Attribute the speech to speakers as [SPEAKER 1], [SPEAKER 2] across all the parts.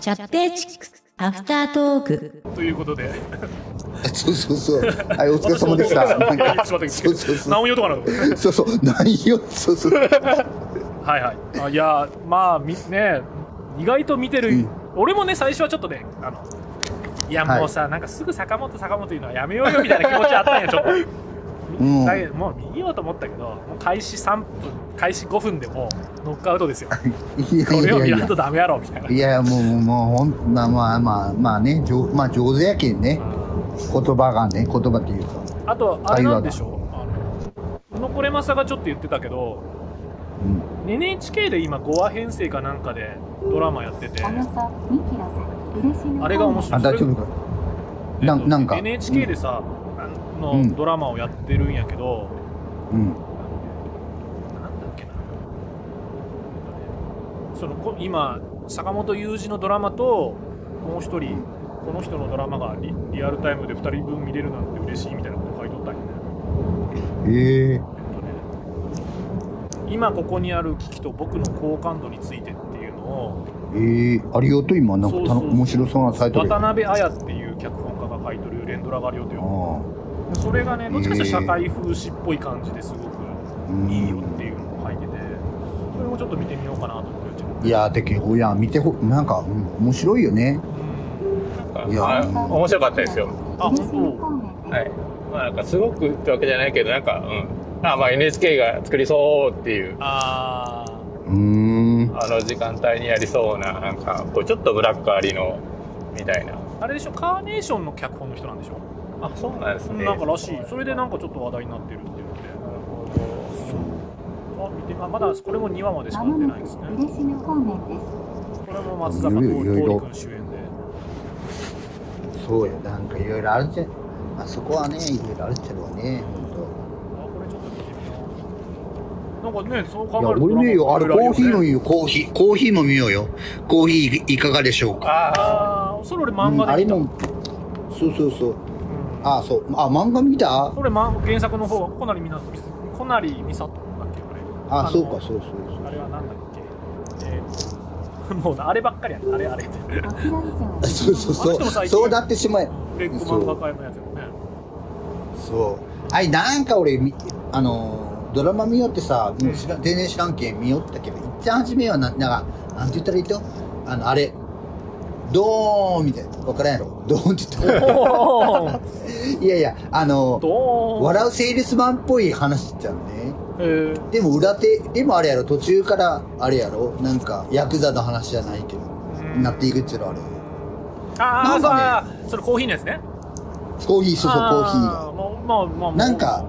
[SPEAKER 1] チャッペーチックスアフタートーク。
[SPEAKER 2] ということで、
[SPEAKER 3] そうそうそう。はい、お疲れ様でした。 なん
[SPEAKER 2] ちょっ
[SPEAKER 3] か、
[SPEAKER 2] と待って
[SPEAKER 3] そうそうそ
[SPEAKER 2] 何を言おうとかなと思って
[SPEAKER 3] う。そうそう、内容、そうそう。
[SPEAKER 2] はいはい。あいやー、まあ、みね、意外と見てる、俺もね、最初はちょっとね、あの、いや、
[SPEAKER 3] はい
[SPEAKER 2] もうさ、なんかすぐ坂本、坂本言うのはやめようよみたいな気持ちあったんや、ちょっと。
[SPEAKER 3] うん
[SPEAKER 2] だけどもう見ようと思ったけど、もう開始3分、開始5分でもうノックアウトですよ。
[SPEAKER 3] いや
[SPEAKER 2] こ
[SPEAKER 3] い
[SPEAKER 2] れを
[SPEAKER 3] やい
[SPEAKER 2] 見ら
[SPEAKER 3] や
[SPEAKER 2] ん。とダメやろ、みたいな。
[SPEAKER 3] いやいや、もう、もう、ほん、まあまあまあ、まあね、上まあ上手やけんね。言葉がね、言葉っていうか。
[SPEAKER 2] あと、あれなんでしょう。あの、のこれまさがちょっと言ってたけど、
[SPEAKER 3] うん。
[SPEAKER 2] NHK で今5話編成かなんかでドラマやってて、
[SPEAKER 4] およそ2キロ先嬉しの
[SPEAKER 2] あれが面白い
[SPEAKER 3] あ、大丈夫か。な
[SPEAKER 2] えっと
[SPEAKER 3] なんか。
[SPEAKER 2] NHK でさ、あの
[SPEAKER 3] うん
[SPEAKER 2] ドラマをやってるんやけど、
[SPEAKER 3] うん。
[SPEAKER 2] なんだっけなそのこ今坂本雄二のドラマともう一人この人のドラマがリリアルタイムで2人分見れるなんて嬉しいみたいなこと書いとったんやね
[SPEAKER 3] ええ
[SPEAKER 2] えっとね今ここにある危機と僕の好感度についてっていうのを
[SPEAKER 3] ええありがとう、今、なんかた
[SPEAKER 2] そうそ
[SPEAKER 3] の
[SPEAKER 2] うそう
[SPEAKER 3] 面白そうなタイトルや。
[SPEAKER 2] 渡辺綾っていう脚本家が書いとる連ドラがあるよという
[SPEAKER 3] あ
[SPEAKER 2] それがねどっちかというと社会風刺っぽい感じですごく
[SPEAKER 3] あうん
[SPEAKER 2] いいよっていうのを書いててそれもちょっと見てみようかなと思ってう
[SPEAKER 3] いや、てけ、おや、見てほ、なんか、うん面白いよね。
[SPEAKER 2] ん
[SPEAKER 3] いや
[SPEAKER 5] あ面白かったですよ。
[SPEAKER 2] あ本
[SPEAKER 5] はい。まあなんかすごくってわけじゃないけど、なんか、うん。あまあ NHK が作りそうっていう、
[SPEAKER 2] あ
[SPEAKER 3] うーん。
[SPEAKER 5] あの時間帯にやりそうな、なんか、こうちょっとブラックありの、みたいな。
[SPEAKER 2] ーあれでしょカーネーションの脚本の人なんでしょ、
[SPEAKER 5] あ、そうなんですね。
[SPEAKER 2] なんからしいそれでなんかちょっと話題になってるっていうのであ見てあまだこれも2話までしか
[SPEAKER 4] ま
[SPEAKER 2] 出
[SPEAKER 4] もな
[SPEAKER 2] てない
[SPEAKER 4] く
[SPEAKER 2] ですね
[SPEAKER 4] 嬉しの方面です。
[SPEAKER 2] これも松坂桃李君主演で
[SPEAKER 3] そうよ、なんかいろいろあるじゃん。あそこはね、いろいろあるっちゃろうね、ほ
[SPEAKER 2] あこれちょっと見てみようなんかねそう考
[SPEAKER 3] んと。いや、
[SPEAKER 2] えると
[SPEAKER 3] 俺ねよ、あれ、
[SPEAKER 2] ドラマ
[SPEAKER 3] コー
[SPEAKER 2] も
[SPEAKER 3] ヒー飲
[SPEAKER 2] ね
[SPEAKER 3] みよ、コーヒー。コーヒー飲みようよ。コーヒーいかがでしょうか。
[SPEAKER 5] あ
[SPEAKER 2] ああそれ俺
[SPEAKER 3] う
[SPEAKER 2] 漫
[SPEAKER 3] んあ
[SPEAKER 2] 画で
[SPEAKER 3] れ
[SPEAKER 2] 見た、うん
[SPEAKER 3] も、そうそうそう。あ、そう。あ、漫画見た
[SPEAKER 2] それ、ま、原作の方は、こなりみな、こなりみさとだっけ、あれ。
[SPEAKER 3] あ、
[SPEAKER 2] の
[SPEAKER 3] そうか、そうそうそう。
[SPEAKER 2] あれはなんだっけ。えー、 もうな、あればっかりやね、あれあれって。レ
[SPEAKER 4] 5キロ以上先
[SPEAKER 3] そうそう
[SPEAKER 2] あの人も
[SPEAKER 3] そ
[SPEAKER 2] 最
[SPEAKER 3] う。
[SPEAKER 2] 近
[SPEAKER 3] そうなってしまえ。
[SPEAKER 2] ッグ漫画界のやつやもんね。
[SPEAKER 3] そう。あい、なんか俺、みあのー、ドラマ見よってさ、もう知ら全然知らんけん見よったけど、一番初めはな、なんか、なんて言ったらいいとあの、あれ、ドーンみたいな。わからんやろ。ドーンって言ったら。
[SPEAKER 2] おー
[SPEAKER 3] いやいや、あのー、
[SPEAKER 2] どーん。
[SPEAKER 3] 笑うセールスマンっぽい話じゃんね。
[SPEAKER 2] えー、
[SPEAKER 3] でも裏手、でもあれやろ、途中からあれやろ、なんか、ヤクザの話じゃないけど、
[SPEAKER 2] うん
[SPEAKER 3] なっていくっちゅうのあれ。
[SPEAKER 2] あー、
[SPEAKER 3] な
[SPEAKER 2] さあ、それコーヒーのやつね。
[SPEAKER 3] コーヒー、そうそう、コーヒーが。
[SPEAKER 2] あー。まあ、まあ、まあ。
[SPEAKER 3] なんか、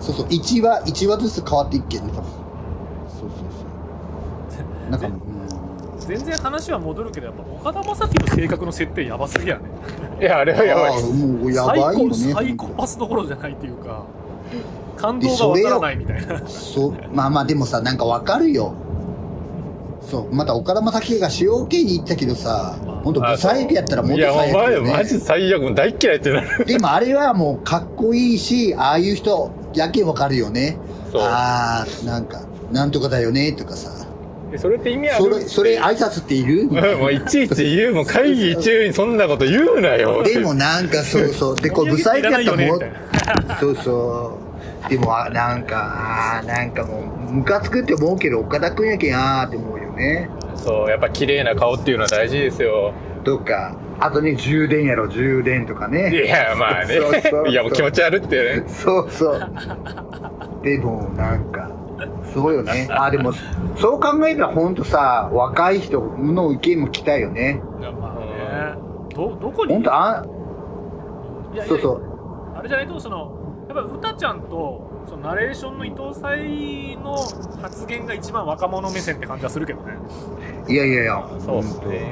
[SPEAKER 3] そうそう、1話、一話ずつ変わっていっけんね、多分そうそうそう。なんか、うん
[SPEAKER 2] 全然話は戻るけど、やっぱ岡田将生の性格の設定やばすぎやね。
[SPEAKER 5] あ、いや、あれはやばい
[SPEAKER 3] あ
[SPEAKER 5] で
[SPEAKER 3] あ、
[SPEAKER 5] す。
[SPEAKER 3] もうやばいよね。
[SPEAKER 2] サイコサイコパスどころじゃないっていうか。感動がわからないみたいな。
[SPEAKER 3] そう、まあまあ、でもさ、なんかわかるよ。そう、また岡田将生が主要系に行ったけどさ、ほんと、ブサイクやったらもっ
[SPEAKER 5] い
[SPEAKER 3] と
[SPEAKER 5] や、
[SPEAKER 3] 最
[SPEAKER 5] お
[SPEAKER 3] 悪、
[SPEAKER 5] 前、
[SPEAKER 3] ね。
[SPEAKER 5] マジ最悪、もう大っ嫌いってなる。
[SPEAKER 3] でもあれはもうかっこいいし、ああいう人、やけんわかるよね。
[SPEAKER 5] そう
[SPEAKER 3] ああ、なんか、なんとかだよね、とかさ。
[SPEAKER 5] えそれって意味ある
[SPEAKER 3] それ、それ挨拶っている
[SPEAKER 5] うんもういちいち言う、もう会議中にそんなこと言うなよ。
[SPEAKER 3] でもなんかそうそう。で、こう、ブサイクやったらもん。そうそう。でも、あなんか、あーなんかもう、ムカつくって思うけど、岡田君やけん、あーって思うよね。
[SPEAKER 5] そう、やっぱ綺麗な顔っていうのは大事ですよ。
[SPEAKER 3] とか、あとね、充電やろ、充電とか
[SPEAKER 5] い
[SPEAKER 3] ね。
[SPEAKER 5] や、まあね
[SPEAKER 3] そうそうそ。う
[SPEAKER 5] いや、もう気持ち悪いってね。
[SPEAKER 3] そうそう。でも、なんか、すごいよね。あーでも、そう考えたら、ほんとさ、若い人の意見も来たいよね。
[SPEAKER 2] いやまあね。ど、どこに
[SPEAKER 3] ほんと、あ、
[SPEAKER 2] いやいや
[SPEAKER 3] そうそう。
[SPEAKER 2] あれじゃないとそのやっぱうたちゃんとそのナレーションの伊藤沙莉の発言が一番若者目線って感じはするけどね
[SPEAKER 3] いやいやいや、
[SPEAKER 5] そうですね。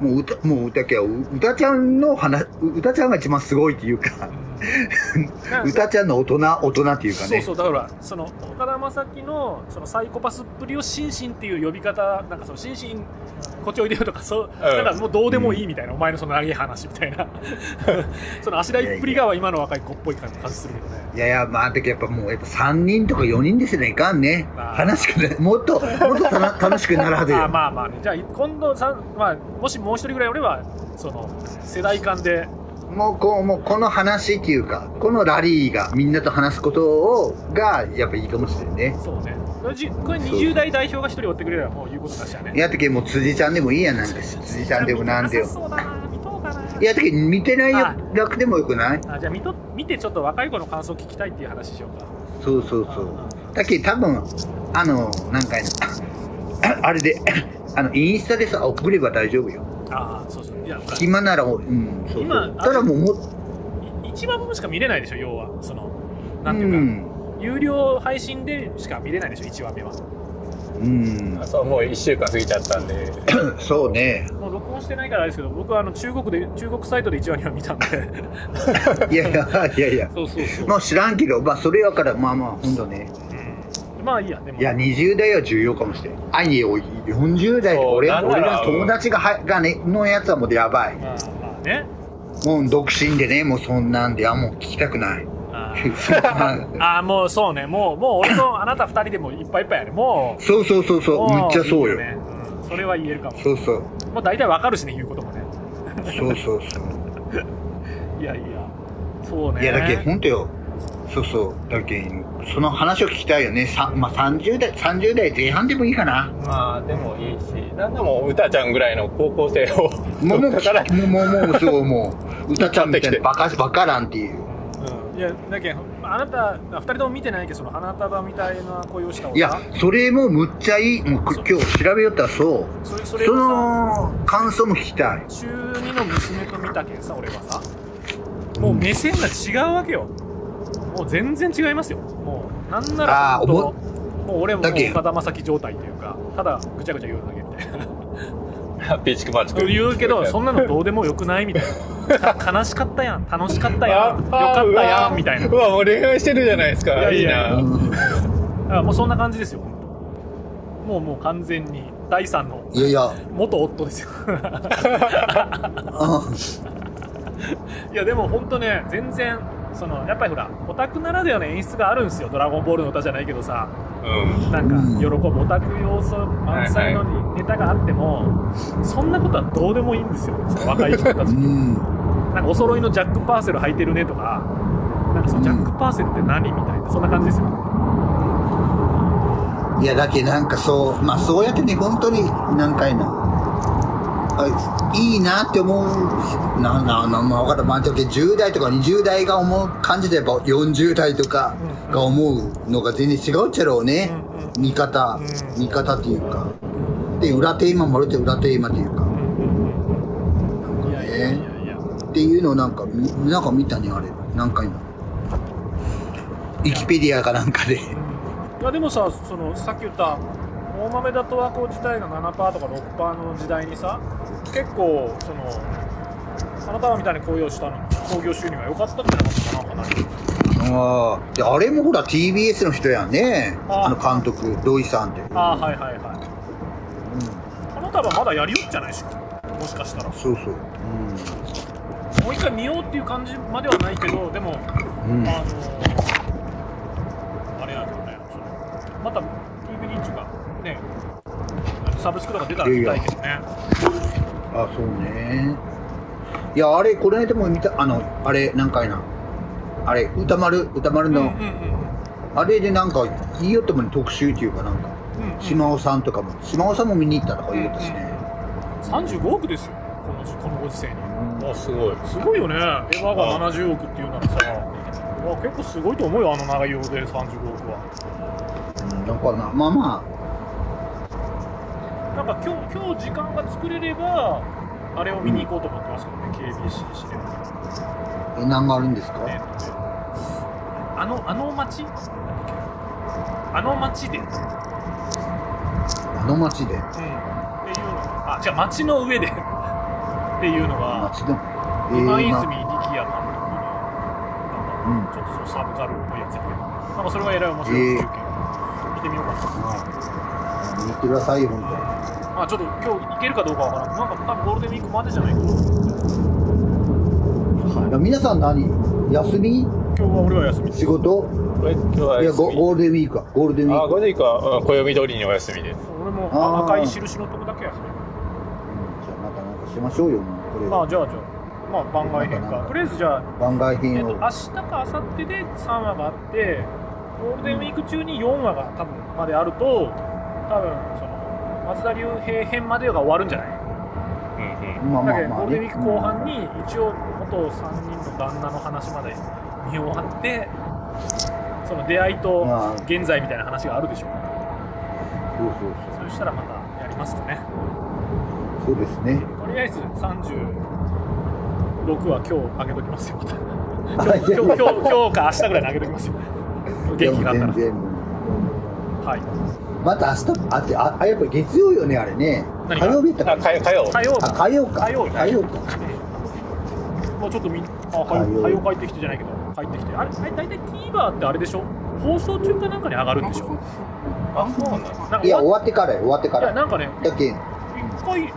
[SPEAKER 3] もう歌、もう歌けは、う歌ちゃんの話、う歌ちゃんが一番すごいっていうか、
[SPEAKER 2] なんか
[SPEAKER 3] 歌ちゃんの大人大人っていうか
[SPEAKER 2] そう
[SPEAKER 3] ね
[SPEAKER 2] そうだからその岡田将生のそのサイコパスっぷりを「シンシン」っていう呼び方なんかその「シンシンこっちおいでよ」とかそう、なんかもうどうでもいいみたいな、お前のその長い話みた いなそのあしらいっぷりが今の若い子っぽい感じするけどね
[SPEAKER 3] いやいやまあだけどやっぱもうやっぱ3人とか4人ですねいかんね
[SPEAKER 2] まあ
[SPEAKER 3] 話しくなもっともっとたな楽しくなるはず
[SPEAKER 2] あ
[SPEAKER 3] よ
[SPEAKER 2] まあまあねじゃあ今度さん、まあ、もしもう一人ぐらい俺はその世代間で
[SPEAKER 3] もうこうもうこの話っていうかこのラリーがみんなと話すことをがやっぱいいかもしれんね
[SPEAKER 2] そうねこれじこれ20代代表が一人追ってくれればもう言うことなしだね
[SPEAKER 3] いやだけどもう辻ちゃんでもいいやんなんか辻ちゃんでもなんでよ
[SPEAKER 2] 見てなさそうだな見とうかない
[SPEAKER 3] やだけど見てないよ
[SPEAKER 2] あ
[SPEAKER 3] 楽でもよくない
[SPEAKER 2] あじゃあ見と見てちょっと若い子の感想聞きたいっていう話しようか
[SPEAKER 3] そうそうそうだけど多分あのなん かああれで あのインスタでさ送れば大丈夫よ
[SPEAKER 2] ああそうそういや
[SPEAKER 3] 暇ならうんそうそう
[SPEAKER 2] 今
[SPEAKER 3] ただもうもっ
[SPEAKER 2] い一番分しか見れないでしょ要はその
[SPEAKER 3] う
[SPEAKER 2] なんていうか、
[SPEAKER 3] ん
[SPEAKER 2] 有料配信でしか見れないでしょ1話目は
[SPEAKER 3] うん
[SPEAKER 5] あそうもう1週間過ぎちゃったんで
[SPEAKER 3] そうね
[SPEAKER 2] もう録音してないからあれですけど僕はあの中国で中国サイトで1話には見 たんで
[SPEAKER 3] いやいやいやいや
[SPEAKER 2] そうそうそう
[SPEAKER 3] もう知らんけどまあそれやからまあまあほんとね
[SPEAKER 2] まあいいやでも
[SPEAKER 3] いや20代は重要かもしれんあいにおい40代
[SPEAKER 5] そう
[SPEAKER 3] 俺
[SPEAKER 5] なんな
[SPEAKER 3] 俺
[SPEAKER 5] ら
[SPEAKER 3] らの友達がはがねのやつはもうやばい
[SPEAKER 2] まあまあね
[SPEAKER 3] もう独身でねもうそんなんであもう聞きたくない
[SPEAKER 2] あーあーもうそうねもうもう俺とあなた2人でもいっぱいいっぱいやねもう
[SPEAKER 3] そうそうそうそう
[SPEAKER 2] も
[SPEAKER 3] むっちゃそうよ
[SPEAKER 2] いいねうんそれは言えるかも
[SPEAKER 3] そうそう
[SPEAKER 2] もう大体わかるしね言うこともね
[SPEAKER 3] そうそうそう
[SPEAKER 2] いやいやそうね
[SPEAKER 3] いやだけ本当よそうそうだけその話を聞きたいよねさまあ30代30代前半でもいいかな
[SPEAKER 5] まあでもいいしなんでもうたちゃんぐらいの高校生を
[SPEAKER 3] もうもう
[SPEAKER 5] だから
[SPEAKER 3] もうもうもうそうもう歌ちゃんみたいなバカバカランっていう
[SPEAKER 2] うんいやだけあなた2人とも見てないけどその花束みたいな恋をした女
[SPEAKER 3] いやそれもむっちゃいいもうく今日調べよったらそう
[SPEAKER 2] それそれ
[SPEAKER 3] そ
[SPEAKER 2] を
[SPEAKER 3] の感想も聞きたい
[SPEAKER 2] さ中2の娘と見たけんさ俺はさもう目線が違うわけよもう全然違いますよもうなんなら
[SPEAKER 3] あー
[SPEAKER 2] ほんともう俺もも
[SPEAKER 3] だけ
[SPEAKER 2] う岡田将生状態というかただぐちゃぐちゃ言うだけみたい な
[SPEAKER 5] ハッピーチクマチク
[SPEAKER 2] 言うけどそんなのどうでもよくないみたいなた悲しかったやん楽しかったやんよかったやんみたいな
[SPEAKER 5] うわもう恋愛してるじゃないですか
[SPEAKER 2] い
[SPEAKER 5] い
[SPEAKER 2] やい
[SPEAKER 5] い
[SPEAKER 2] や
[SPEAKER 5] な
[SPEAKER 3] うん
[SPEAKER 2] あもうそんな感じですよほんともうもう完全に第三の
[SPEAKER 3] いやいや
[SPEAKER 2] 元夫ですよ
[SPEAKER 3] あ
[SPEAKER 2] いやでも本当ね全然そのやっぱりほらオタクならではの演出があるんですよ「ドラゴンボール」の歌じゃないけどさ
[SPEAKER 5] うん
[SPEAKER 2] なんか
[SPEAKER 3] うん
[SPEAKER 2] 喜ぶオタク要素満載のネタがあっても、そんなことはどうでもいいんですよその若い人た
[SPEAKER 3] う
[SPEAKER 2] ち
[SPEAKER 3] ん
[SPEAKER 2] なんかお揃いのジャック・パーセル履いてるねとかなんかそのジャック・パーセルって何みたいなそんな感じですよ
[SPEAKER 3] いやだけなんかそうまあそうやってね本当に何回なあいいなって思うなななまあ分かるまあだけど10代とか20代が思う感じでやっぱ40代とかが思うのが全然違うっちゃろうね
[SPEAKER 2] う
[SPEAKER 3] 見方
[SPEAKER 2] うん
[SPEAKER 3] 見方っていうかで裏テーマもあるって裏テーマっていうかなんか
[SPEAKER 2] いやいやい
[SPEAKER 3] ね
[SPEAKER 2] やいや
[SPEAKER 3] っていうのをなんかみなんか見たねあれ何回もウィキペディアかなんかで
[SPEAKER 2] いやでもさそのさっき言った大豆田十和子自体が7%とか6%の時代にさ結構そのあなたはみたいに紅葉したの興行収入が良かったんじゃなかったかなかなり
[SPEAKER 3] ああであれもほら TBS の人やんね
[SPEAKER 2] あ
[SPEAKER 3] あの監督土井さんって、
[SPEAKER 2] ああはいはいはい
[SPEAKER 3] うん、
[SPEAKER 2] あなたはまだやりよっじゃないしもしかしたらも
[SPEAKER 3] そうそう
[SPEAKER 2] う一回見ようっていう感じまではないけどでも、
[SPEAKER 3] うん、うん、
[SPEAKER 2] あのあれなんだよねそのまた DVD っていうかねあのサブスクとか出たら見たいけどね
[SPEAKER 3] あそうねいやあれこの間も見たあのあれ何回なあれ歌丸歌丸
[SPEAKER 2] うん
[SPEAKER 3] の、
[SPEAKER 2] うんうん
[SPEAKER 3] あれでなんかいいよってもね特集っていうかなんか
[SPEAKER 2] うんうん
[SPEAKER 3] 島尾さんとかも島尾さんも見に行ったとか言うとしね、
[SPEAKER 2] 35億ですよこのこのご時世に
[SPEAKER 5] あすごい
[SPEAKER 2] すごいよねエヴァが70億っていうならさうわ結構すごいと思うよあの長いようで35億は
[SPEAKER 3] うん、なんかなまあま
[SPEAKER 2] なんか今日今日時間が作れればあれを見に行こうと思ってますけどね KBC シネマ
[SPEAKER 3] あえ何があるんですか、
[SPEAKER 2] えーとねあのあの街なんだっけあの街で、うん、っていう
[SPEAKER 3] あの町で
[SPEAKER 2] のあ違う街の上でっていうのが
[SPEAKER 3] 町でもえ
[SPEAKER 2] 今泉
[SPEAKER 3] ー
[SPEAKER 2] 力也
[SPEAKER 3] な
[SPEAKER 2] 監督のなん
[SPEAKER 3] うん
[SPEAKER 2] ちょっとそうサブカルっぽいやつやけど、なんかそれはえらい面白いです、
[SPEAKER 3] え
[SPEAKER 2] 見てみようかな。
[SPEAKER 3] 見てくださいよ本当に
[SPEAKER 2] まあちょっと今日行けるかどうかわからん。なんか多分ゴールデンウィークまでじゃないかな。はい
[SPEAKER 3] いや皆さん何休み
[SPEAKER 2] 今日は俺は休み。
[SPEAKER 3] 仕事
[SPEAKER 5] これ今日はい
[SPEAKER 3] やゴ
[SPEAKER 5] 休
[SPEAKER 3] ゴールデンウィークかゴールデンウ
[SPEAKER 5] み
[SPEAKER 3] ィ
[SPEAKER 5] あ
[SPEAKER 3] ーク
[SPEAKER 5] ゴディか暦通りにお休みです
[SPEAKER 2] 俺も
[SPEAKER 3] あー
[SPEAKER 2] 赤い印のとこだけ休み。
[SPEAKER 3] じゃあまたなんかしましょうよもうこれ
[SPEAKER 2] まあじゃあじゃあ、まあ番外編か。とりあえずじゃあ、
[SPEAKER 3] 番外
[SPEAKER 2] えっ
[SPEAKER 3] 編
[SPEAKER 2] と
[SPEAKER 3] を、
[SPEAKER 2] 明日か明後日で3話があって、ゴールデンウィーク中に4話が多分まであると、多分その松田龍平編までが終わるんじゃない
[SPEAKER 5] うん
[SPEAKER 3] まあ
[SPEAKER 2] だ
[SPEAKER 3] ま
[SPEAKER 2] け
[SPEAKER 3] あ
[SPEAKER 2] ど
[SPEAKER 3] ま
[SPEAKER 2] ゴー
[SPEAKER 3] あ
[SPEAKER 2] ルデンウィーク後半に一応元3人の旦那の話まで見終わってその出会いと
[SPEAKER 3] まあ
[SPEAKER 2] 現在みたいな話があるでしょ
[SPEAKER 3] そうそう
[SPEAKER 2] そしたらまたやりますかね
[SPEAKER 3] そうそうですね
[SPEAKER 2] とりあえず36は今日あげときますよまた
[SPEAKER 3] はい
[SPEAKER 2] 今日今日今日か明日ぐらいにあげときますよ元気があった
[SPEAKER 3] 全
[SPEAKER 2] ら
[SPEAKER 3] 然
[SPEAKER 2] はい
[SPEAKER 3] また明日あってああやっぱ月曜よねあれね
[SPEAKER 2] 何
[SPEAKER 3] 火
[SPEAKER 2] が
[SPEAKER 3] 曜日やった
[SPEAKER 5] あ
[SPEAKER 3] かな
[SPEAKER 5] 火火曜
[SPEAKER 2] 火曜
[SPEAKER 3] あ
[SPEAKER 2] 日
[SPEAKER 3] 火曜か
[SPEAKER 2] 火曜日
[SPEAKER 3] 火曜か
[SPEAKER 2] もうちょっとみんあ火
[SPEAKER 3] 火曜
[SPEAKER 2] 曜火曜帰ってきてじゃないけど帰ってきてあれあれ大体 TVer ってあれでしょ放送中かなんかに上がるんでしょ
[SPEAKER 5] あそうなんだ
[SPEAKER 2] なんか
[SPEAKER 3] い
[SPEAKER 2] 終
[SPEAKER 3] や
[SPEAKER 2] わっ
[SPEAKER 3] 終わってからよ終わってか
[SPEAKER 2] いや
[SPEAKER 3] ら
[SPEAKER 2] なんかね
[SPEAKER 3] だけん
[SPEAKER 2] 一回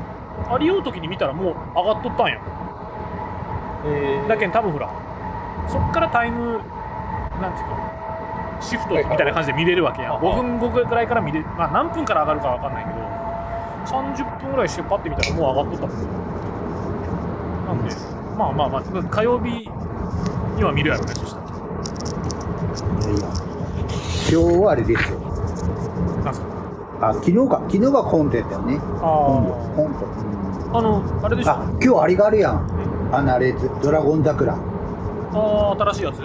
[SPEAKER 2] ありようときに見たらもう上がっとったんや
[SPEAKER 5] えー
[SPEAKER 2] だけど多分ほらそっからタイムなんていうかシフトみたいな感じで見れるわけや
[SPEAKER 5] はいはい
[SPEAKER 2] 5分後ぐらいから見れまあ何分から上がるかわかんないけど30分ぐらいしてパッて見たらもう上がっとったもんなんでまあまあまあ火曜日には見るやろねそしたら
[SPEAKER 3] いやいや今日はあれですよ
[SPEAKER 2] なんすか
[SPEAKER 3] あ昨日か昨日がコントやったよね
[SPEAKER 2] あ
[SPEAKER 3] コント
[SPEAKER 2] ー
[SPEAKER 3] コントうん
[SPEAKER 2] あのあれでしょ
[SPEAKER 3] あ今日あれがあるやんあのあれドラゴン桜
[SPEAKER 2] あー新しいやつ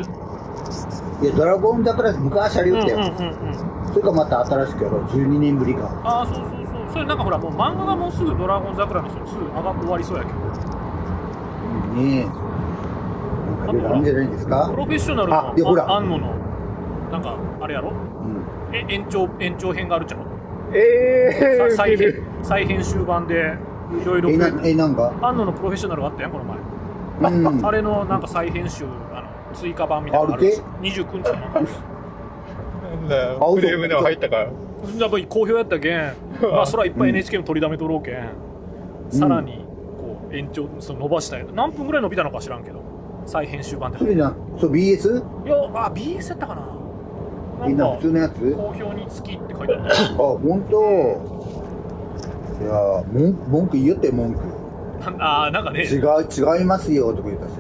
[SPEAKER 3] いやドラゴン桜って昔あれ
[SPEAKER 2] うんう
[SPEAKER 3] よ
[SPEAKER 2] ん
[SPEAKER 3] っ
[SPEAKER 2] うん
[SPEAKER 3] たよ、
[SPEAKER 2] うん
[SPEAKER 3] それがまた新しくやろう12年ぶりか
[SPEAKER 2] ああそうそうそうそれなんかほらもう漫画がもうすぐ「ドラゴン桜」の人すぐ上が終わりそうやけど
[SPEAKER 3] ねえなんかいろいろあるんじゃないです
[SPEAKER 2] プ
[SPEAKER 3] か、
[SPEAKER 2] ロフェッショナル
[SPEAKER 3] あいやほ
[SPEAKER 2] の
[SPEAKER 3] ら
[SPEAKER 2] あ安野のなんかあれやろ
[SPEAKER 3] うん、
[SPEAKER 2] え延長延長編があるじゃん
[SPEAKER 5] え
[SPEAKER 2] さ
[SPEAKER 5] ー
[SPEAKER 2] 再編再編集版でいろいろ
[SPEAKER 3] え
[SPEAKER 2] 増え
[SPEAKER 3] なえ
[SPEAKER 2] て
[SPEAKER 3] なんか
[SPEAKER 2] 安野のプロフェッショナルがあったやんこの前
[SPEAKER 3] うん
[SPEAKER 2] あれのなんか再編集あの追加版みたいなのがあるし29日かな
[SPEAKER 5] なんだフレームでも入ったか
[SPEAKER 2] やっぱり好評やったけん、まあ、そらいっぱい NHK も取りだめとろうけん、
[SPEAKER 3] うん
[SPEAKER 2] さらにこう延長その伸ばしたい何分ぐらい伸びたのか知らんけど再編集版で
[SPEAKER 3] それなそう BS?
[SPEAKER 2] いやあ BS やったかな
[SPEAKER 3] みん
[SPEAKER 2] な
[SPEAKER 3] なん
[SPEAKER 2] か
[SPEAKER 3] 普通のやつ
[SPEAKER 2] 好評につきって書いてあった
[SPEAKER 3] あ本当いやー文文句言いよって文句
[SPEAKER 2] ああなんかね
[SPEAKER 3] 違う違いますよとか言ったし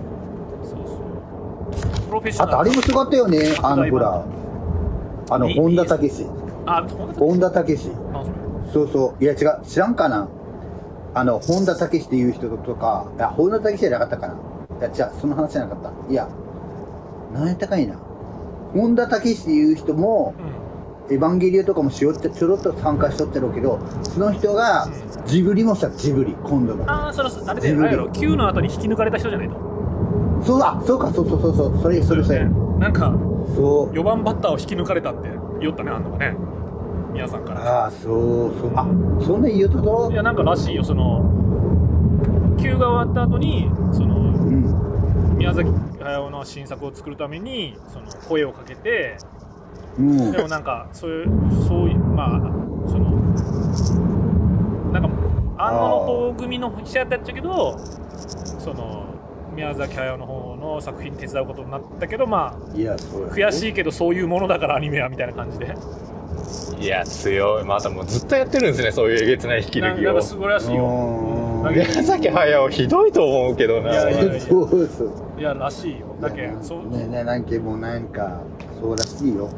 [SPEAKER 2] そうそうプロフェッショ
[SPEAKER 3] あと
[SPEAKER 2] ナ
[SPEAKER 3] あ
[SPEAKER 2] ル
[SPEAKER 3] れもすごかったよねあのほらあの
[SPEAKER 2] いい
[SPEAKER 3] 本田武史
[SPEAKER 2] あ本当
[SPEAKER 3] 本田武史
[SPEAKER 2] あそれ
[SPEAKER 3] そうそういや違う知らんかなあの本田武史っていう人とかいや本田武史じゃなかったかないやじゃあその話じゃなかったいや何やったかいな本田武史っていう人も
[SPEAKER 2] うん
[SPEAKER 3] 「エヴァンゲリオン」とかもしよってちょろっと参加しとってるけどその人がジブリもしたジブリ今度の
[SPEAKER 2] ああそのあれであれやろ Q の後に引き抜かれた人じゃないと
[SPEAKER 3] そうだそうかそうそうそうそうそれそれそれ
[SPEAKER 2] なんか
[SPEAKER 3] そう
[SPEAKER 2] 4番バッターを引き抜かれたって言おったねあんのがね皆さんから
[SPEAKER 3] ああそうそうあそんな言いよったぞ
[SPEAKER 2] いやなんからしいよその Q が終わった後にその
[SPEAKER 3] うん
[SPEAKER 2] 宮崎駿の新作を作るためにその声をかけて
[SPEAKER 3] うん
[SPEAKER 2] でもなんかそういうそういうまあそのなんか安野の方組の記者やったっちゃけどその宮崎駿の方の作品手伝うことになったけどま
[SPEAKER 3] いやそう
[SPEAKER 2] あ
[SPEAKER 3] や
[SPEAKER 2] 悔しいけどそういうものだからアニメはみたいな感じで
[SPEAKER 5] いや強いまたもうずっとやってるんですねそういうえげつない引き
[SPEAKER 2] な
[SPEAKER 5] 抜き
[SPEAKER 2] なん
[SPEAKER 5] を
[SPEAKER 2] かすごいらしいよ
[SPEAKER 3] う
[SPEAKER 2] だ
[SPEAKER 3] ん
[SPEAKER 2] け
[SPEAKER 5] 宮崎駿ひどいと思うけどない
[SPEAKER 2] やいやいや
[SPEAKER 3] そうそう
[SPEAKER 2] いやらしいよだけ
[SPEAKER 3] ね
[SPEAKER 2] そう
[SPEAKER 3] ねねなんけもうなんかそうらしいよ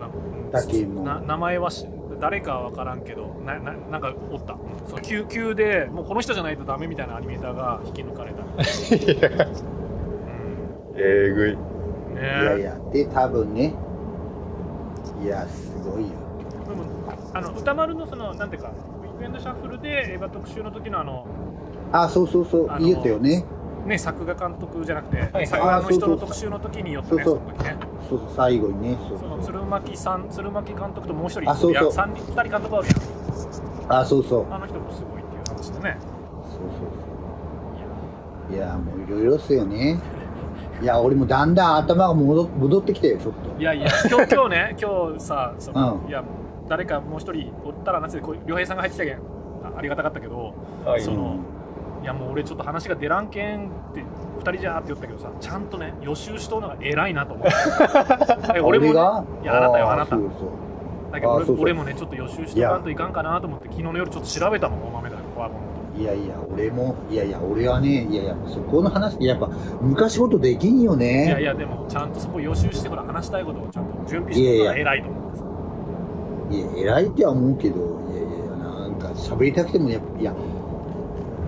[SPEAKER 2] な
[SPEAKER 3] だけも
[SPEAKER 2] な名前はし誰かは分からんけどなななんかおったそう救急でもうこの人じゃないとダメみたいなアニメーターが引き抜かれ た、うん
[SPEAKER 5] えぐい
[SPEAKER 2] ね
[SPEAKER 3] いやいやで多分ねいやすごいよ
[SPEAKER 2] でもあの歌丸のそのなんていうかウィークエンドシャッフルでエヴァ特集の時のあの
[SPEAKER 3] あそうそうそう
[SPEAKER 2] あの
[SPEAKER 3] 言いよったよね
[SPEAKER 2] ね作画監督じゃなくて、
[SPEAKER 5] はい
[SPEAKER 2] 作画
[SPEAKER 3] あー
[SPEAKER 2] の
[SPEAKER 3] そう
[SPEAKER 2] 人
[SPEAKER 3] そう
[SPEAKER 2] の特集の時によってね
[SPEAKER 3] そう
[SPEAKER 2] そ
[SPEAKER 3] そう
[SPEAKER 2] の時ね
[SPEAKER 3] そうそう最後にねそ
[SPEAKER 2] そ
[SPEAKER 3] うそ
[SPEAKER 2] の
[SPEAKER 3] う
[SPEAKER 2] 鶴巻さん鶴巻監督ともう一人
[SPEAKER 3] あそうそう
[SPEAKER 2] いや三人二人監督あるや
[SPEAKER 3] あそうそうそうん
[SPEAKER 2] あの人もすごいっていう話でね
[SPEAKER 3] そうそういやもういろいろっすよねいや、俺もだんだん頭が戻戻ってきたよ、ちょっと。
[SPEAKER 2] いやいや、今日今日ね、今日さ、その
[SPEAKER 3] うん
[SPEAKER 2] いや誰かもう一人おったらなつで、こう良平さんが入ってきたけん、あありがたかったけど、
[SPEAKER 5] はい
[SPEAKER 2] そのいやもう俺ちょっと話が出らんけんって、二人じゃーって言ったけどさ、ちゃんとね、予習しとうのが偉いな と思って、え俺もね、
[SPEAKER 3] が
[SPEAKER 2] いやあなたよあなた
[SPEAKER 3] そうそう
[SPEAKER 2] だけど
[SPEAKER 3] あ
[SPEAKER 2] 俺
[SPEAKER 3] そうそう
[SPEAKER 2] 俺もね、ちょっと予習しとかんといかんかなと思って、昨日の夜ちょっと調べたもん、お豆だよ、フォアボールのこと
[SPEAKER 3] いやいや、俺も、いやいや、俺はね、いやいや、そこの話、やっぱ、昔ほどできんよね。
[SPEAKER 2] いやいや、でもちゃんとそこ予習して、ほら、話したいことをちゃんと準備しておくのが偉いと思ってさ。
[SPEAKER 3] いや、偉いっては思うけど、いやいや、なんか喋りたくても、やっぱいや、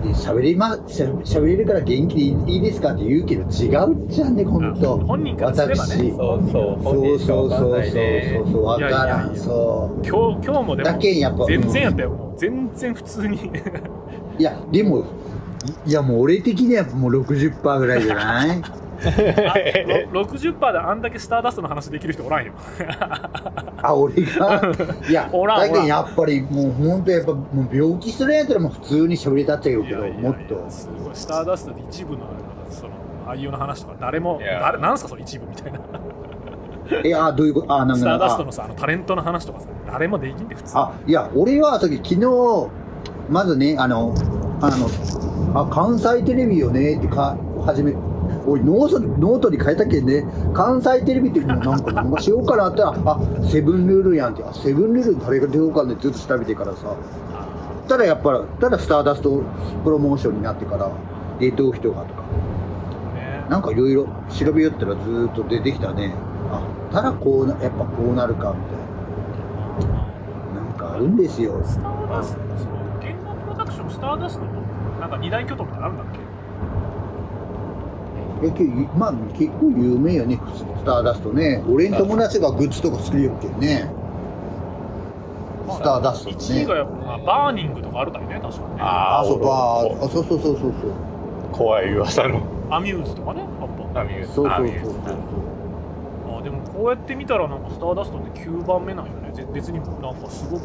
[SPEAKER 3] で喋りま、しゃ喋れるから元気でいいいいですかって言うけど、違うじゃんね、本当
[SPEAKER 2] あ本人からすればね
[SPEAKER 5] そうそう本
[SPEAKER 3] そう
[SPEAKER 5] 人しか
[SPEAKER 3] そ
[SPEAKER 5] わ
[SPEAKER 3] うそう
[SPEAKER 5] かんない
[SPEAKER 3] そ
[SPEAKER 5] ね
[SPEAKER 3] うそう、わか
[SPEAKER 2] いやい
[SPEAKER 3] ら
[SPEAKER 2] やい
[SPEAKER 3] ん、
[SPEAKER 2] や
[SPEAKER 3] そ
[SPEAKER 2] 今
[SPEAKER 3] う。
[SPEAKER 2] 日今日もで
[SPEAKER 3] だ
[SPEAKER 2] も
[SPEAKER 3] けんやっぱ、
[SPEAKER 2] 全然や
[SPEAKER 3] う
[SPEAKER 2] っ
[SPEAKER 3] ん
[SPEAKER 2] たよ、もう全然普通に
[SPEAKER 3] いや、でも、いいや、もう俺的にはもう60%ぐらいじゃない
[SPEAKER 2] あろ60%であんだけスターダストの話できる人おらんよ
[SPEAKER 3] あ、俺が。いや、
[SPEAKER 2] おらん
[SPEAKER 3] だけ
[SPEAKER 2] おら
[SPEAKER 3] ど
[SPEAKER 2] ん
[SPEAKER 3] やっぱり、もう本当やっぱ、もう病気するやつらも普通に喋りたっちゃうけど、もっと。
[SPEAKER 2] すごいスターダストで一部のその俳優の話とか誰も
[SPEAKER 5] いや
[SPEAKER 2] 誰なんすかそれ一部みたいな
[SPEAKER 3] え、あ、どういうことあ、なん
[SPEAKER 2] ス
[SPEAKER 3] か
[SPEAKER 2] ター
[SPEAKER 3] なんか
[SPEAKER 2] ダストのさあのタレントの話とかさ誰もできんで普通
[SPEAKER 3] あ、いや、俺は、さっき昨日、まずね、あの、あの、あ、関西テレビよね、ってか、始め、おい、ノート、ノートに変えたっけんね、関西テレビっていうのなんか、なんかしようかなって言ったら、あ、セブンルールやんって、あ、セブンルール誰が出ようかね、ずっと調べてからさ、ただやっぱ、ただスターダストプロモーションになってから、冷凍人がとか、
[SPEAKER 2] ね
[SPEAKER 3] なんかいろいろ調べよったらずーっと出てきたね、あ、ただこうな、やっぱこうなるか、みたいな。なんかあるんですよ。
[SPEAKER 2] スターダストのその言語プロダクションスターダストとなんか二大巨頭みたいなのあるんだっ
[SPEAKER 3] えけまあ結構有名よねスターダストね俺の友達がグッズとか作りよっけんね
[SPEAKER 2] け
[SPEAKER 3] スターダスト
[SPEAKER 2] 1位
[SPEAKER 3] ね
[SPEAKER 2] がやっぱあバーニングとかあるだよね確かにね
[SPEAKER 5] あ
[SPEAKER 3] あ
[SPEAKER 5] あ
[SPEAKER 3] そうか
[SPEAKER 5] お
[SPEAKER 3] あそうそうそうそうそう
[SPEAKER 5] 怖い噂の
[SPEAKER 2] アミューズとかねやっぱ
[SPEAKER 5] アミューズ
[SPEAKER 3] そう
[SPEAKER 5] ア
[SPEAKER 3] そう
[SPEAKER 5] ミュー
[SPEAKER 3] そう
[SPEAKER 5] ズ
[SPEAKER 3] そう
[SPEAKER 2] あでもこうやって見たらなんかスターダストって9番目なんよねぜ別になんかすごく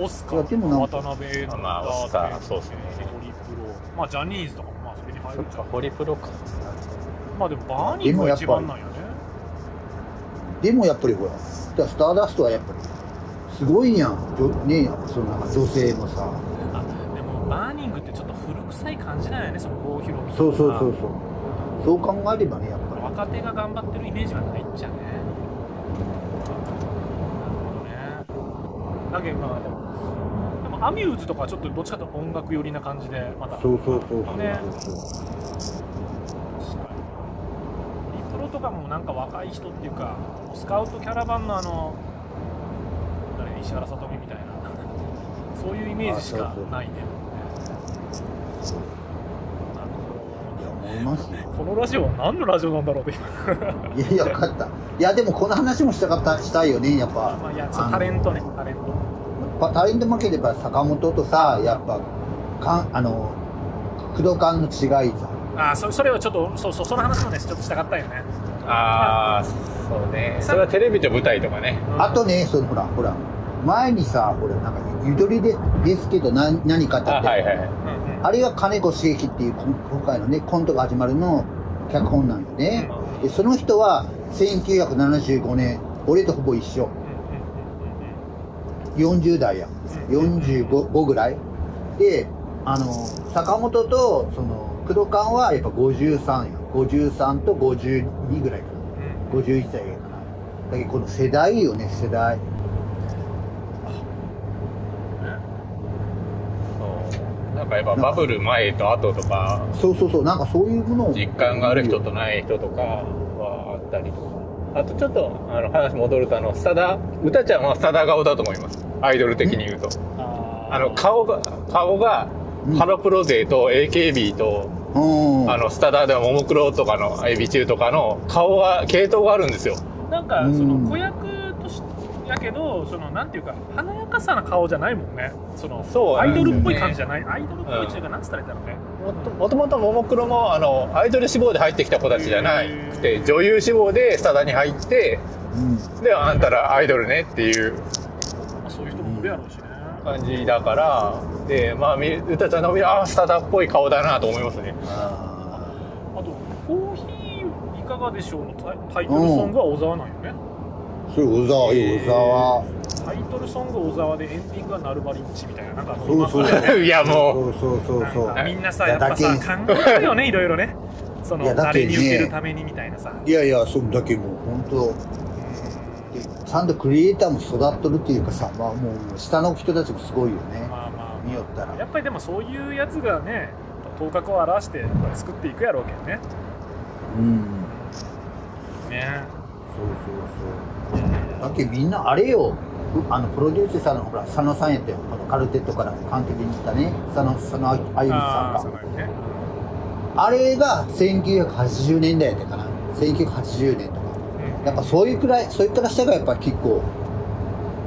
[SPEAKER 2] オスカ
[SPEAKER 3] いや
[SPEAKER 2] ー
[SPEAKER 3] でもなんか
[SPEAKER 2] 渡辺エンターテインメント
[SPEAKER 5] まあオスカーそうっすね
[SPEAKER 2] ホリプロまあジャニーズとかもまあそれに入
[SPEAKER 5] そ
[SPEAKER 2] る
[SPEAKER 5] っ
[SPEAKER 2] んじ
[SPEAKER 5] か
[SPEAKER 2] ゃん
[SPEAKER 5] ホリプロか
[SPEAKER 2] まあでもバーニングが一番なんよね
[SPEAKER 3] でもやっぱりほらスターダストはやっぱりすごいやん女ねやっぱその女性もさ
[SPEAKER 2] あでもバーニングってちょっと古臭い感じなんよねその郷ひろみとか
[SPEAKER 3] そうそうそうそうそう考えればねやっぱり
[SPEAKER 2] 若手が頑張ってるイメージはないっちゃねなるほどねだけどまあでもでもアミューズとかはちょっとどっちかというと音楽寄りな感じでまた
[SPEAKER 3] そうそうそうそう
[SPEAKER 2] ね
[SPEAKER 3] そうそう
[SPEAKER 2] 確かにリプロとかもなんか若い人っていうかスカウトキャラバンのあの誰石原さとみみたいな そういうイメージし
[SPEAKER 3] あ
[SPEAKER 2] か
[SPEAKER 3] そうそう
[SPEAKER 2] ないねなる
[SPEAKER 3] いや思いますよ
[SPEAKER 2] ほどこのラジオは何のラジオなんだろうって今
[SPEAKER 3] いやいや分かったいやでもこの話もしたかったしたいよねやっぱ
[SPEAKER 2] まあいや
[SPEAKER 3] あの
[SPEAKER 2] タレントねタレント
[SPEAKER 3] まあタレント負ければ坂本とさやっぱかんあの工藤官の違いさ
[SPEAKER 2] あそそれはちょっとそうそうその話もねちょっとしたかったよね、
[SPEAKER 5] ああそうね
[SPEAKER 2] さ
[SPEAKER 5] それはテレビと舞台とかね
[SPEAKER 2] うん
[SPEAKER 3] あとねそのほらほら前にさほらなんかゆとりでですけど何何かって
[SPEAKER 5] あ
[SPEAKER 3] あ,、
[SPEAKER 5] はいはいはい
[SPEAKER 2] うんうん
[SPEAKER 3] れが金子茂樹っていうこ今回のねコントが始まるの脚本なんよね、でその人は1975年俺とほぼ一緒40代や45ぐらいであの坂本とその工藤官はやっぱ53や53と52ぐらいか
[SPEAKER 2] う
[SPEAKER 3] な
[SPEAKER 2] んうんうん
[SPEAKER 3] 51歳かなだけどこの世代よね世代
[SPEAKER 5] そうなんかやっぱバブル前と後とか
[SPEAKER 3] そうそうそうなんかそういうものを
[SPEAKER 5] 実感がある人とない人とかはあったりとかあとちょっとあの話戻るとあのスダ歌ちゃんはスダ顔だと思いますアイドル的に言うと
[SPEAKER 2] あー
[SPEAKER 5] あの顔が顔が
[SPEAKER 3] うん
[SPEAKER 5] ハロプロ勢と AKB と、
[SPEAKER 3] うん
[SPEAKER 5] あのスタダではももクロとかのエビ中とかの顔が系統があるんですよ
[SPEAKER 2] なんかその
[SPEAKER 3] うん
[SPEAKER 2] 子役としやけどそのなんていうか華やかさな顔じゃないもんねその
[SPEAKER 5] そう
[SPEAKER 2] アイドルっぽい
[SPEAKER 5] なん
[SPEAKER 2] 感
[SPEAKER 5] で
[SPEAKER 2] じ
[SPEAKER 5] す
[SPEAKER 2] じゃ
[SPEAKER 5] よね
[SPEAKER 2] ないアイドルっぽいっていうかなんつったらいいんだろうね
[SPEAKER 5] もともともとももクロもあのアイドル志望で入ってきた子たちじゃなくて女優志望でスタダに入って
[SPEAKER 3] うん
[SPEAKER 5] であんたらアイドルねっていう
[SPEAKER 2] まあ、そういう人もいるやろうしね、
[SPEAKER 5] 感じだからでまあみう たちゃんの見ああスタダっぽい顔だなと思いますね
[SPEAKER 3] あ
[SPEAKER 2] あとコーヒーがでしょうのタイタイトルソングは小沢なんよね、
[SPEAKER 3] それ小沢いや小
[SPEAKER 2] タ
[SPEAKER 3] 沢
[SPEAKER 2] イトルソング小沢でエンディングはナルバリッチみたいななんか
[SPEAKER 3] そうそう
[SPEAKER 2] 今ま で
[SPEAKER 5] いやも
[SPEAKER 3] そうそうそうそ
[SPEAKER 2] な
[SPEAKER 3] うん
[SPEAKER 2] かみんなさ
[SPEAKER 3] いや
[SPEAKER 2] やっぱさ
[SPEAKER 3] だ
[SPEAKER 2] 考えるよねいろいろねそ
[SPEAKER 3] いや
[SPEAKER 2] の
[SPEAKER 3] だっ
[SPEAKER 2] 誰
[SPEAKER 3] てね
[SPEAKER 2] に受けるためにみたいなさ
[SPEAKER 3] いやいやそうだけどもう本当ちゃんとクリエイターも育っとるっていうかさまあもう下の人たちもすごいよね
[SPEAKER 2] まあま
[SPEAKER 3] 見よった
[SPEAKER 2] あ
[SPEAKER 3] ら
[SPEAKER 2] やっぱりでもそういうやつがね頭角を現して作っていくやろうけどね
[SPEAKER 3] うん
[SPEAKER 2] ね
[SPEAKER 3] そうそうそうだけどみんなあれようあのプロデューサーのほら佐野さんやったよこのカルテットから完璧にしたね佐野佐野あゆみ
[SPEAKER 2] ああ
[SPEAKER 3] さ
[SPEAKER 2] そ
[SPEAKER 3] ん
[SPEAKER 2] う
[SPEAKER 3] が
[SPEAKER 2] だよね
[SPEAKER 3] あれが1980年代やったかな1980年とかやっぱそういうくらい、そういうからしたらやっぱ結構、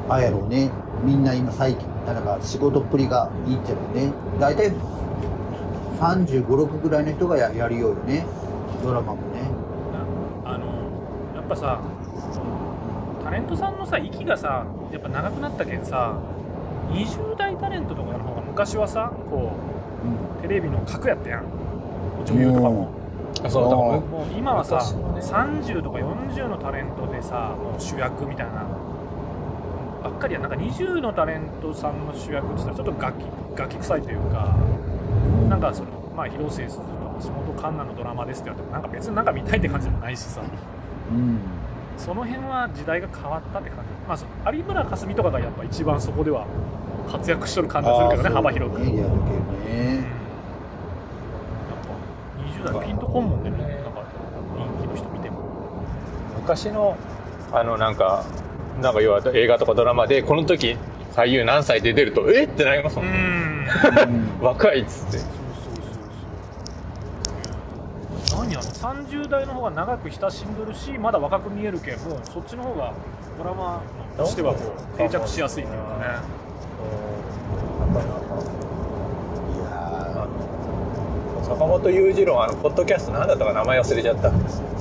[SPEAKER 3] あれやろうね。みんな今最近、なんか仕事っぷりがいいっちゃろうね。大体35、6ぐらいの人がややりようよね。ドラマもね。
[SPEAKER 2] あのやっぱさタレントさんのさ息がさやっぱ長くなったけんさ20代タレントとかの方が昔はさこうテレビの格やったやん
[SPEAKER 3] うん。
[SPEAKER 2] 女優とかも
[SPEAKER 5] うそうだから
[SPEAKER 2] もう今はさ
[SPEAKER 5] 昔はね
[SPEAKER 2] 30とか40のタレントでさもう主役みたいなばっかりやんなんか20のタレントさんの主役って言ったらちょっとガキガキ臭いというかなんかそのまあ広末すずと橋本環奈のドラマですって言われてもなんか別になんか見たいって感じでもないしさ
[SPEAKER 3] うん。
[SPEAKER 2] その辺は時代が変わったって感じ、まあそ、有村架純とかがやっぱ一番そこでは活躍しとる感じがするけどね
[SPEAKER 3] あー
[SPEAKER 2] 幅広く、
[SPEAKER 3] そうねやるけ
[SPEAKER 2] う
[SPEAKER 3] ど
[SPEAKER 2] んやっ
[SPEAKER 3] ね。
[SPEAKER 2] ぱ20代ピンとこんもんねなんか人気の人見ても
[SPEAKER 5] 昔のあのなんかなんか要は映画とかドラマでこの時俳優何歳で出るとえってなりますもん、
[SPEAKER 2] ん
[SPEAKER 3] うん
[SPEAKER 5] 若いっつって
[SPEAKER 2] そうそうそうそう何あの30代の方が長く親しんどるしまだ若く見えるけんもうそっちの方がドラマとしてはこう定着しやすいっていうかね
[SPEAKER 3] いや
[SPEAKER 5] 坂本裕次郎あのポッドキャストなんだったか名前忘れちゃった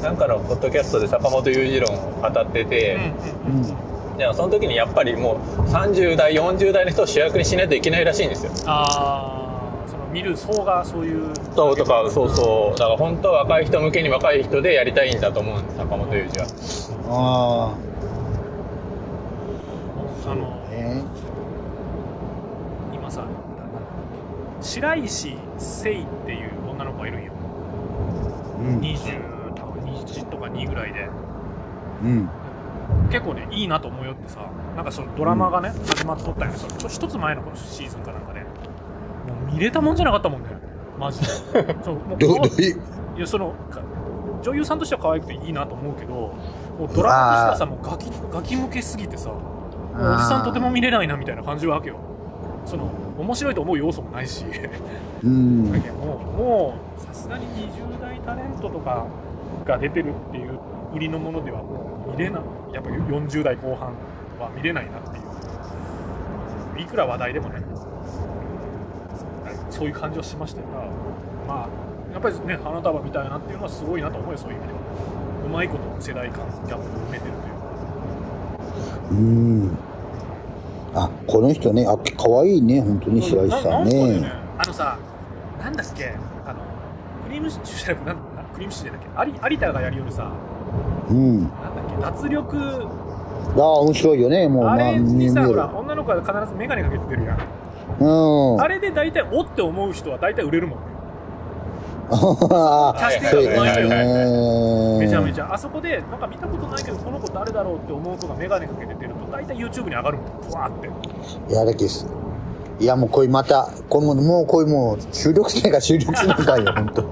[SPEAKER 5] なんかのポッドキャストで坂本裕次郎を語ってて、
[SPEAKER 3] ーうん。
[SPEAKER 5] でもその時にやっぱりもう30代40代の人を主役にしないといけないらしいんですよ
[SPEAKER 2] ああその見る層がそういう
[SPEAKER 5] そうとかそうそうだから本当は若い人向けに若い人でやりたいんだと思うんです坂本裕二は
[SPEAKER 3] あ
[SPEAKER 2] あの
[SPEAKER 3] あ。ね。
[SPEAKER 2] 今さ白石聖っていう女の子がいるんよ
[SPEAKER 3] うん。
[SPEAKER 2] 20多分21とか2ぐらいで
[SPEAKER 3] うん。
[SPEAKER 2] 結構ねいいなと思うよってさなんかそのドラマがね、始まっとったんやそれちょ一つ前のこのシーズンかなんかねもう見れたもんじゃなかったもんねマ ジでそうもう
[SPEAKER 3] どう、ど
[SPEAKER 2] こ
[SPEAKER 3] ういう、
[SPEAKER 2] ういやそのか女優さんとしては可愛くていいなと思うけどもうドラマとしてはさもうガキガキ向けすぎてさもうおじさんとても見れないなみたいな感じはわけよその面白いと思う要素もないし
[SPEAKER 3] うん。
[SPEAKER 2] だけどもうもうさすがに20代タレントとかが出てるっていう売りのものではもう見れないやっぱ40代後半は見れないなっていういくら話題でもねそういう感じはしましたがまあやっぱりね花束みたいなっていうのはすごいなと思うよそういう意味ではうまいこと世代間ギャップを埋めてるというか
[SPEAKER 3] うん。あ、この人ね、あ、可愛いね、本当に白石さん
[SPEAKER 2] ななんか
[SPEAKER 3] ね。
[SPEAKER 2] あのさなんだっけあのクリームシチューじゃなくなんなクリームシチューじゃなくて有有田がやるよりさ
[SPEAKER 3] うん。
[SPEAKER 2] なんだっけ脱力
[SPEAKER 3] ああ、面白いよね、もう、
[SPEAKER 2] あ
[SPEAKER 3] まあ、
[SPEAKER 2] れ
[SPEAKER 3] 見
[SPEAKER 2] に
[SPEAKER 3] え
[SPEAKER 2] さ、ほ
[SPEAKER 3] る
[SPEAKER 2] ら。女の子は必ず眼鏡かけて出るやん、
[SPEAKER 3] うん。
[SPEAKER 2] あ
[SPEAKER 3] あ
[SPEAKER 2] れで大体おって思う人は大体売れるもんね、
[SPEAKER 3] あ
[SPEAKER 2] キャステ
[SPEAKER 3] そう
[SPEAKER 2] ィング
[SPEAKER 3] や
[SPEAKER 2] がうまいのよ、
[SPEAKER 3] ね。
[SPEAKER 2] めちゃめ
[SPEAKER 3] ち
[SPEAKER 2] ちゃあそこでなんか見たことないけどこの子誰だろうって思う子が眼鏡かけて出ると大体 YouTube に上がるもんふわーって
[SPEAKER 3] ゃ。いや、だけです。いや、もう、これまた、これも、もう、これもう、収録しないから収録しないか んよ、本当。
[SPEAKER 2] い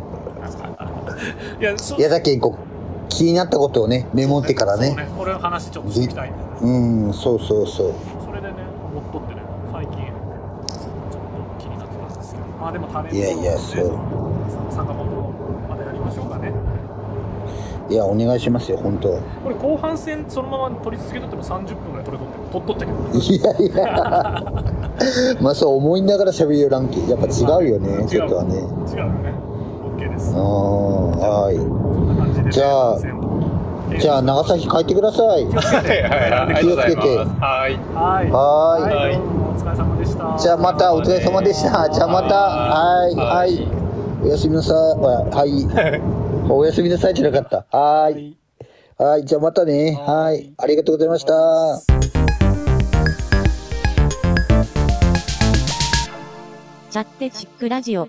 [SPEAKER 2] やそ
[SPEAKER 3] いや、だけ、こう、気になったことをね、メモってから
[SPEAKER 2] そう
[SPEAKER 3] ね。
[SPEAKER 2] ねこれの話ちょっとしてみたいんだよね
[SPEAKER 3] うん、そうそうそう。
[SPEAKER 2] それでね思っとってね最近ちょっと気になってたんですけどまあでもタレント
[SPEAKER 3] いやいやそう
[SPEAKER 2] 坂本またやりましょうかね
[SPEAKER 3] いや、お願いしますよ、本当。
[SPEAKER 2] これ後半戦そのまま取り続けとっても30分ぐらい取れとって取っとったけど
[SPEAKER 3] いや いや。まあ、そう思いながら喋りよランキング、やっぱ違うよね、ちょっとはね。
[SPEAKER 2] 違うよね。OK です。
[SPEAKER 3] あ
[SPEAKER 2] こ
[SPEAKER 3] あ、はい。
[SPEAKER 2] んな感じで、ね。
[SPEAKER 3] じゃあじゃあ、長崎帰ってください。
[SPEAKER 5] はいはいはいありがとうございますはい
[SPEAKER 2] あ、はい。
[SPEAKER 3] はーい。
[SPEAKER 2] はい。どうもお疲れ様でした。
[SPEAKER 3] じゃあまたお疲れ様でした。じゃあまた、はい、はい。おやすみなさい。はい。おやすみなさいじゃなかった。はーい。はい。じゃあまたね。
[SPEAKER 2] は
[SPEAKER 3] はいい。ありがとうございました。
[SPEAKER 1] チャッテチックラジオ。